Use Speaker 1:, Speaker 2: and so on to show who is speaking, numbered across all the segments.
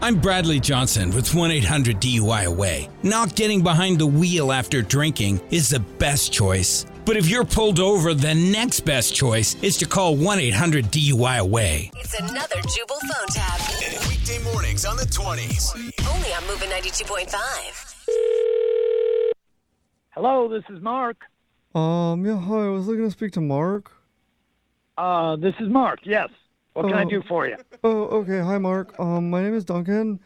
Speaker 1: I'm Bradley Johnson with 1 800 DUI Away. Not getting behind the wheel after drinking is the best choice. But if you're pulled over, the next best choice is to call 1 800 DUI Away.
Speaker 2: It's another Jubal phone tab.
Speaker 3: Weekday mornings on the 20s.
Speaker 2: Only on Moving 92.5.
Speaker 4: Hello, this is Mark.
Speaker 5: Um, yeah, hi. I was looking to speak to Mark.
Speaker 4: Uh, this is Mark. Yes. What can I do for you?
Speaker 5: Oh, okay. Hi, Mark. Um, my name is Duncan,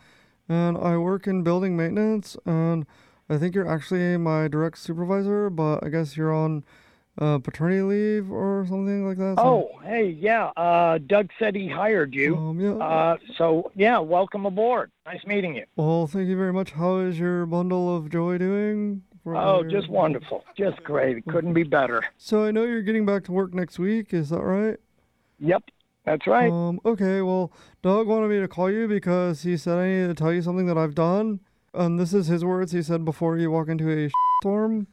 Speaker 5: and I work in building maintenance. And I think you're actually my direct supervisor, but I guess you're on uh, paternity leave or something like that. so-
Speaker 4: Oh, hey, yeah. Uh, Doug said he hired you.
Speaker 5: um, yeah.
Speaker 4: Uh, so yeah, welcome aboard. Nice meeting you.
Speaker 5: well, thank you very much. How is your bundle of joy doing? For
Speaker 4: Oh,
Speaker 5: your-
Speaker 4: just wonderful. Just great. It couldn't be better.
Speaker 5: So I know you're getting back to work next week. Is that right?
Speaker 4: Yep, that's right.
Speaker 5: Um, okay, well, Doug wanted me to call you because he said I needed to tell you something that I've done. And this is his words he said before you walk into a storm.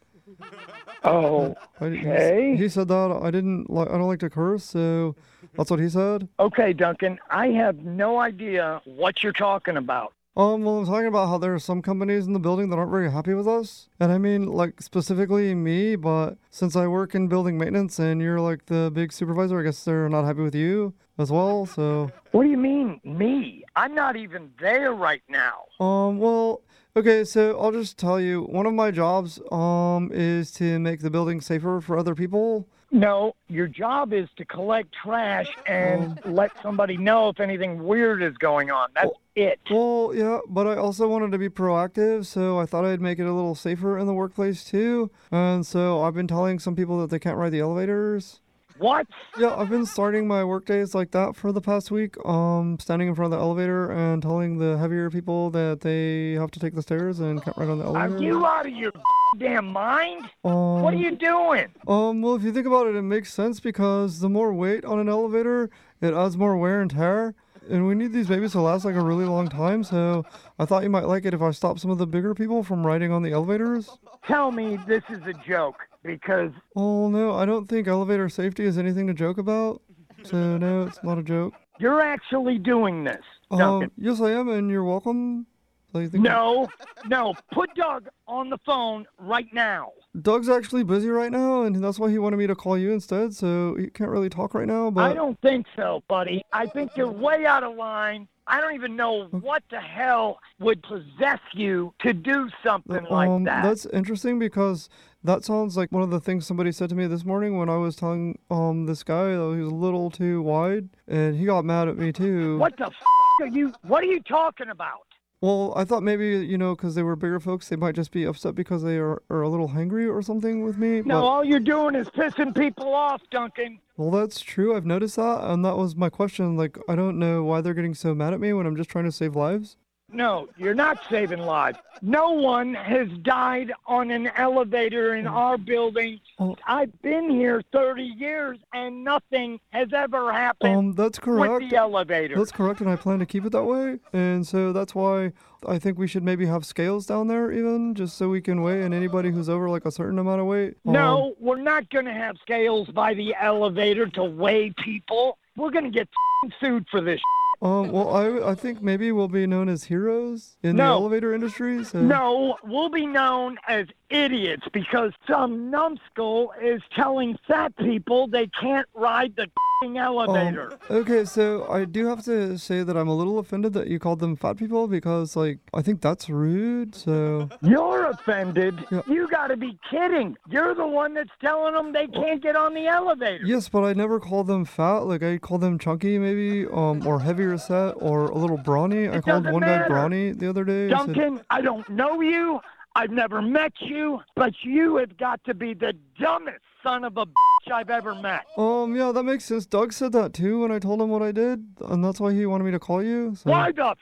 Speaker 4: Oh,
Speaker 5: I, he s-
Speaker 4: Okay.
Speaker 5: He said that I didn't like I don't like to curse, so that's what he said.
Speaker 4: okay, Duncan. I have no idea what you're talking about.
Speaker 5: Um, well, I'm talking about how there are some companies in the building that aren't very happy with us, and I mean like specifically me, but since I work in building maintenance and you're like the big supervisor, I guess they're not happy with you as well. So,
Speaker 4: What do you mean, me? I'm not even there right now.
Speaker 5: um, well, okay, so I'll just tell you, one of my jobs, um, is to make the building safer for other people.
Speaker 4: No, your job is to collect trash and let somebody know if anything weird is going on. That's it.
Speaker 5: Well, yeah, but I also wanted to be proactive, so I thought I'd make it a little safer in the workplace too. And so I've been telling some people that they can't ride the elevators.
Speaker 4: What?
Speaker 5: Yeah, I've been starting my work days like that for the past week. Um, standing in front of the elevator and telling the heavier people that they have to take the stairs and can't ride on the elevator.
Speaker 4: Are you out of your damn mind?
Speaker 5: Um,
Speaker 4: What are you doing?
Speaker 5: Um, well, if you think about it, it makes sense because the more weight on an elevator, it adds more wear and tear. And we need these babies to last like a really long time, so I thought you might like it if I stopped some of the bigger people from riding on the elevators.
Speaker 4: Tell me this is a joke because
Speaker 5: Oh no, I don't think elevator safety is anything to joke about. So no, it's not a joke.
Speaker 4: you're actually doing this,
Speaker 5: Um,
Speaker 4: Duncan.
Speaker 5: yes, I am, and you're welcome. So you think
Speaker 4: no, no. Put Doug on the phone right now.
Speaker 5: Doug's actually busy right now, and that's why he wanted me to call you instead. So he can't really talk right now. But
Speaker 4: I don't think so, buddy. I think you're way out of line. I don't even know what the hell would possess you to do something like
Speaker 5: Um,
Speaker 4: that.
Speaker 5: That's interesting because that sounds like one of the things somebody said to me this morning when I was telling um this guy that he was a little too wide, and he got mad at me too.
Speaker 4: What the f- are you? What are you talking about?
Speaker 5: Well, I thought maybe you know because they were bigger folks, they might just be upset because they are, are a little hangry or something with me.
Speaker 4: No,
Speaker 5: But,
Speaker 4: all you're doing is pissing people off, Duncan.
Speaker 5: well, that's true. I've noticed that, and that was my question. Like, I don't know why they're getting so mad at me when I'm just trying to save lives.
Speaker 4: No, you're not saving lives. No one has died on an elevator in our building.
Speaker 5: Oh.
Speaker 4: I've been here 30 years and nothing has ever happened
Speaker 5: Um, that's
Speaker 4: with
Speaker 5: correct.
Speaker 4: the elevator.
Speaker 5: That's correct, and I plan to keep it that way. And so that's why I think we should maybe have scales down there, even just so we can weigh. And anybody who's over like a certain amount of weight, um,
Speaker 4: No, we're not going to have scales by the elevator to weigh people. We're going to get f***ing sued for this.
Speaker 5: Um, well, I I think maybe we'll be known as heroes in the
Speaker 4: No.
Speaker 5: elevator industry. So.
Speaker 4: No, we'll be known as idiots because some numbskull is telling fat people they can't ride the f***ing
Speaker 5: Um,
Speaker 4: elevator.
Speaker 5: okay, so I do have to say that I'm a little offended that you called them fat people because, like, I think that's rude. So,
Speaker 4: You're offended.
Speaker 5: Yeah.
Speaker 4: You got to be kidding. You're the one that's telling them they can't get on the elevator.
Speaker 5: yes, but I never call them fat. Like, I call them chunky, maybe, um, or heavier set, or a little brawny. I called
Speaker 4: doesn't
Speaker 5: one guy
Speaker 4: matter.
Speaker 5: brawny the other day. I said-
Speaker 4: Duncan, I don't know you. I've never met you, but you have got to be the dumbest son of a bitch I've ever met.
Speaker 5: Um, yeah, that makes sense. Doug said that too when I told him what I did, and that's why he wanted me to call you. So,
Speaker 4: Why the f-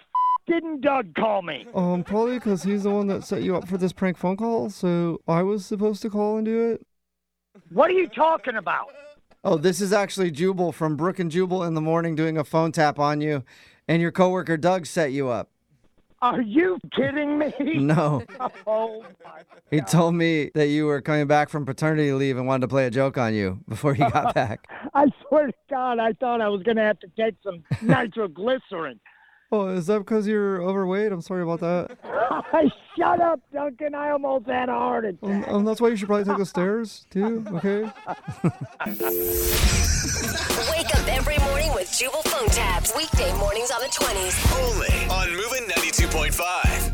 Speaker 4: didn't Doug call me?
Speaker 5: Um, probably because he's the one that set you up for this prank phone call, so I was supposed to call and do it.
Speaker 4: What are you talking about?
Speaker 6: Oh, this is actually Jubal from Brook and Jubal in the morning doing a phone tap on you, and your coworker Doug set you up.
Speaker 4: Are you kidding me?
Speaker 6: No,
Speaker 4: Oh my.
Speaker 6: he told me that you were coming back from paternity leave and wanted to play a joke on you before he got back.
Speaker 4: I swear to God, I thought I was going to have to take some nitroglycerin.
Speaker 5: Oh, is that because you're overweight? I'm sorry about that.
Speaker 4: Shut up, Duncan. I almost had a heart attack.
Speaker 5: Um, um, that's why you should probably take the stairs too. Okay.
Speaker 2: Wake up every morning with Jubal phone tabs. Weekday mornings on the 20s.
Speaker 3: Only on Moving 92.5.